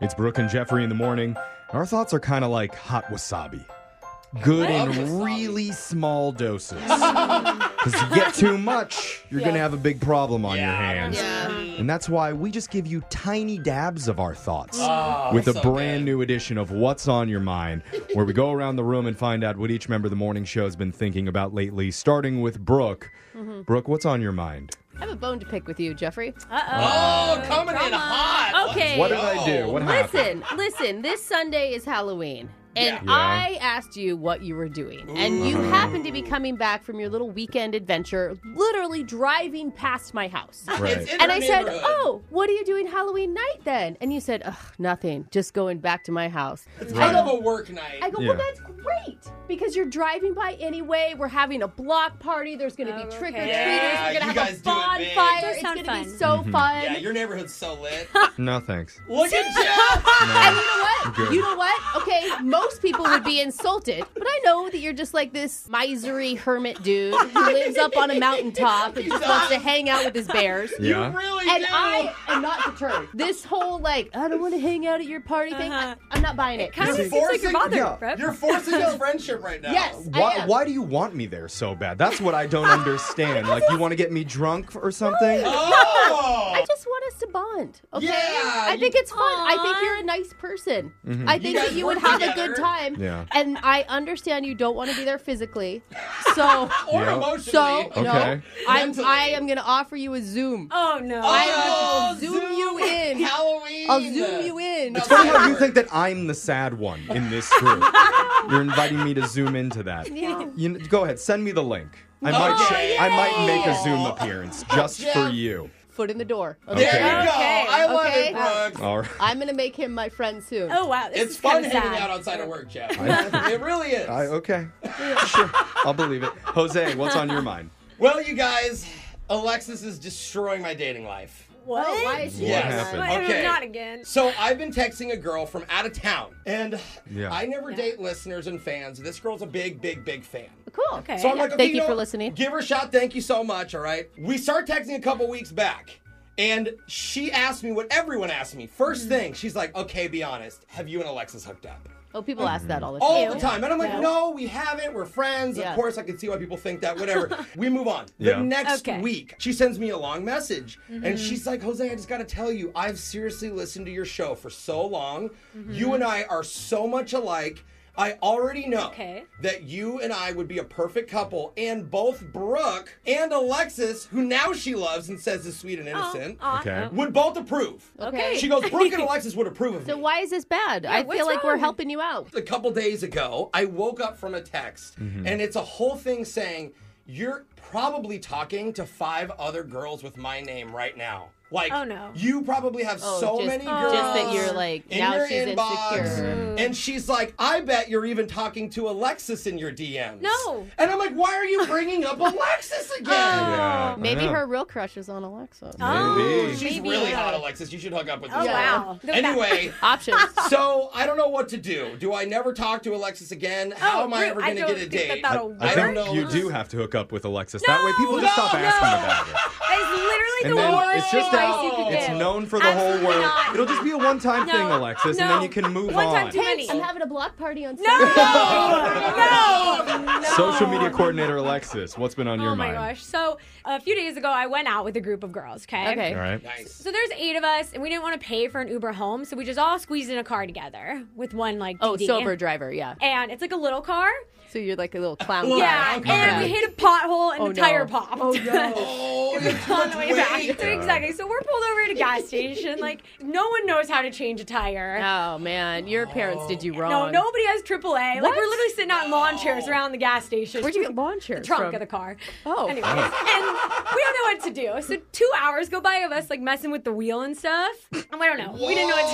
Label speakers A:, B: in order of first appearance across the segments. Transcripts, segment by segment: A: It's Brooke and Jeffrey in the morning. Our thoughts are kind of like hot wasabi. Good in really small doses. Because you get too much, you're going to have a big problem on your hands. And that's why we just give you tiny dabs of our thoughts
B: Oh,
A: with a brand new edition of What's on Your Mind, where we go around the room and find out what each member of the morning show has been thinking about lately, starting with Brooke.
B: Mm-hmm.
A: Brooke, what's on your mind?
C: I have a bone to pick with you, Jeffrey.
B: Oh, coming in hot.
C: Okay.
A: What did I do? What happened?
C: listen, listen. This Sunday is Halloween. And
A: Yeah.
C: I asked you what you were doing. And
B: Mm-hmm.
C: you happened to be coming back from your little weekend adventure, literally driving past my house.
A: Right.
B: It's in
C: And
B: our
C: I said,
B: neighborhood.
C: Oh, what are you doing Halloween night then? And you said, Ugh, nothing. Just going back to my house.
B: It's kind of a work night.
C: I go,
A: Yeah.
C: well, that's great because you're driving by anyway. We're having a block party. There's going to
D: Oh,
C: be
D: okay.
C: trick or treaters.
B: Yeah,
C: We're
B: you
C: going to
B: guys do
C: have a
B: it big.
C: bonfire.
D: Does
C: It's
D: sound
C: going to be
D: fun.
C: so fun.
B: yeah, your neighborhood's so lit.
A: No, thanks.
B: Look at Jeff.
C: And you know what?
A: Good.
C: You know what? Okay, most people would be insulted, but I know that you're just like this misery hermit dude who lives up on a mountaintop and just wants to hang out with his bears.
A: Yeah.
B: You really
C: And
B: do.
C: I am not deterred. This whole like, I don't want to hang out at your party thing, I,
D: Uh-huh.
C: I'm not buying it.
D: Kind of
B: You're
D: seems like
B: forcing-
D: your mother,
A: yeah.
D: Brooke.
B: You're forcing this friendship right now.
C: Yes, I
A: Why,
C: am.
A: why do you want me there so bad? That's what I don't understand. Like, you want to get me drunk or something?
B: Oh.
C: I just want us to bond, okay?
B: Yeah,
C: I think it's fun. I think
D: Aw.
C: you're a nice person. I think
B: guys
C: that you
B: work
C: would have a
B: together.
C: good time.
A: Yeah.
C: And I understand you don't want to be there physically, so.
B: or
A: Yeah.
B: emotionally.
C: So
A: Okay.
C: no, I'm
B: Mentally.
C: I am gonna offer you a Zoom.
D: Oh no.
C: I will
B: Oh,
C: zoom you in.
B: Halloween.
C: I'll zoom you in.
B: It's
A: Funny how you think that I'm the sad one in this group. You're inviting me to zoom into that. You kn- go ahead, send me the link. I might,
B: Okay.
A: I might make a Zoom appearance just for you.
C: Foot in the door.
B: There
C: Okay.
B: you go.
D: Okay,
B: I love
C: okay.
B: it, Brooks.
A: All right.
C: I'm gonna make him my friend soon.
D: Oh wow. This
B: It's
D: is
B: fun
D: kind
B: hanging
D: sad.
B: out outside of work, Jeff.
A: I-
B: it really is.
A: I, okay. Sure. I'll believe it. Jose, what's on your mind?
B: well, you guys, Alexis is destroying my dating life.
D: What?
C: Oh, why is she
B: Yes.
C: doing that?
A: happened?
D: Whatever,
B: Okay.
D: Not again.
B: So I've been texting a girl from out of town, and
A: Yeah.
B: I never date listeners and fans. This girl's a big, big, big fan.
C: Cool.
D: Okay.
B: So I'm
D: Yeah,
B: like, okay,
C: thank you
B: know
C: for
B: what?
C: listening.
B: Give her a shot. Thank you so much. All right. We start texting a couple weeks back, and she asked me what everyone asked me.
C: Mm-hmm.
B: First thing, she's like, "Okay, be honest. Have you and Alexis hooked up?"
C: Oh, people ask that all the time.
B: All the time, and I'm like, "No, we haven't. We're friends.
C: Yeah.
B: Of course, I can see why people think that. Whatever." we move on. The
A: Yeah.
B: next
D: Okay.
B: week, she sends me a long message, and she's like, "Jose, I just got to tell you, I've seriously listened to your show for so long. You and I are so much alike." I already know
D: Okay.
B: that you and I would be a perfect couple, and both Brooke and Alexis, who now she loves and says is sweet and innocent,
D: Aw,
A: Okay.
D: Uh, no.
B: would both approve.
C: Okay.
B: She goes, Brooke and Alexis would approve of
C: So
B: me.
C: why is this bad? I
D: what's
C: feel like we're
D: wrong?
C: helping you out.
B: A couple days ago, I woke up from a text, and it's a whole thing saying, You're probably talking to five other girls with my name right now. Like,
D: Oh, no.
B: you probably have
C: Oh,
B: so
C: just-
B: many girls.
C: just that you're, like,
B: in
C: now
B: your
C: she's
B: inbox.
C: insecure.
B: And she's like, I bet you're even talking to Alexis in your DMs.
D: No.
B: And I'm like, why are you bringing up Alexis again?
A: Yeah, I
C: Oh, Maybe
A: know.
C: her real crush is on Alexa.
D: Oh,
A: Maybe.
B: She's
D: maybe,
B: really
D: uh,
B: hot, Alexis. You should hook up with this.
D: Oh
B: girl.
D: wow. The back-
B: Anyway,
C: Options.
B: so I don't know what to do. Do I never talk to Alexis again? How am I
D: Rue,
B: ever
D: Oh, I
B: going to get
D: don't
B: a
D: think that
B: date?
D: that'll
A: I
B: I don't know.
A: think you do have to hook up with Alexis. that way people just
B: No,
A: stop
B: no.
A: asking about it.
D: That is
A: And
D: literally the
A: then
D: worst
A: it's just
D: advice
B: out.
D: you could
A: it's
D: give.
A: known for the
D: Absolutely
A: whole world.
D: not.
A: It'll just be a one-time
D: No.
A: thing, Alexis, and
D: No.
A: then you can move
D: One time
A: on.
D: too many.
C: I'm having a block party on
D: No!
C: Sunday.
D: no! No!
A: Social media coordinator Alexis, what's been on your
D: Oh my
A: mind?
D: gosh. So a few days ago, I went out with a group of girls. Okay.
C: Okay.
A: All right.
B: Nice.
D: So there's eight of us, and we didn't want to pay for an Uber home, so we just all squeezed in a car together with one like.
C: Oh,
D: DD.
C: sober driver, yeah.
D: And it's like a little car.
C: So you're like a little clown.
B: Little
C: guy.
D: Yeah.
B: okay.
D: And we hit a pothole, and
C: Oh,
D: the
C: no.
D: tire popped.
C: Oh, no.
B: Oh, you're too
D: on
B: much
D: the way back.
B: weight.
D: So exactly. So we're pulled over at a gas station. Like no one knows how to change a tire.
C: Oh man, your parents did you
D: No,
C: wrong.
D: nobody has AAA.
C: What?
D: Like we're literally sitting out in lawn chairs around the gas station.
C: Where'd you get lawn chairs?
D: the trunk
C: from?
D: of the car.
C: Oh.
D: Anyway, and we don't know what to do. So two hours go by of us like messing with the wheel and stuff. And we don't know. We didn't know
B: Whoa,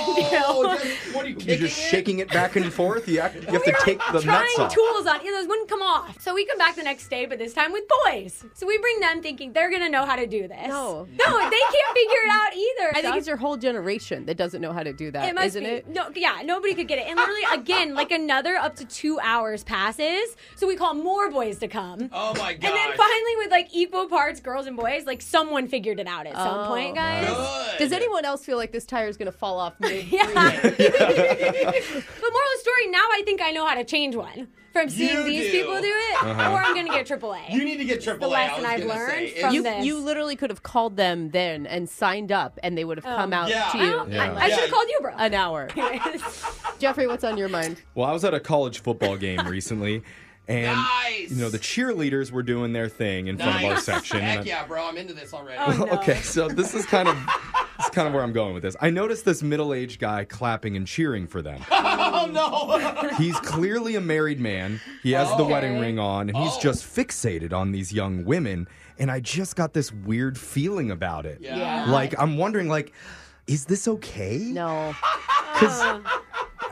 D: what to do.
B: Oh, just- What are you
A: You're
B: kicking
A: just
B: it?
A: shaking it back and forth. You have, you have to take the nuts
D: Trying
A: off.
D: tools on, you know, those wouldn't come off. So we come back the next day, but this time with boys. So we bring them thinking they're gonna know how to do this.
C: No, know.
D: No, they can't figure it out either.
C: I think
D: Doc.
C: it's your whole generation that doesn't know how to do that,
D: It must
C: isn't
D: be.
C: it?
D: No, yeah, nobody could get it. And literally, again, like another up to two hours passes, so we call more boys to come.
B: Oh my
D: And then
B: god.
D: finally, with like equal parts, girls and boys, like someone figured it out at some
C: Oh.
D: point, guys.
B: Good.
C: Does anyone else feel like this tire is going to fall off? mid-
D: Yeah. but moral of the story, now I think I know how to change one from seeing
B: You
D: these
B: do. Uh-huh.
D: people do it, or I'm gonna get AAA.
B: You need to get AAA.
D: the lesson
B: I was
D: I've
B: gonna
D: learned
B: say. It's-
D: from
C: you,
D: this.
C: you literally could have called them then and signed up, and they would have come out
B: Yeah.
C: to
D: I,
C: you
D: don't-
A: Yeah.
D: I, I should
B: Yeah.
D: have called you, bro.
C: an hour. Jeffrey, what's on your mind?
A: Well, I was at a college football game recently, and
B: Nice.
A: you know the cheerleaders were doing their thing in front of our
B: Nice.
A: section. and I-
B: Heck yeah, bro! I'm into this already.
D: Oh, no.
A: Okay, so this is kind of this is kind of where I'm going with this. I noticed this middle-aged guy clapping and cheering for them.
B: Oh no!
A: He's clearly a married man. He has the
B: Okay.
A: wedding ring on, and he's
B: Oh.
A: just fixated on these young women. And I just got this weird feeling about it.
B: Yeah.
A: Like I'm wondering, like, is this okay?
C: No.
A: Because,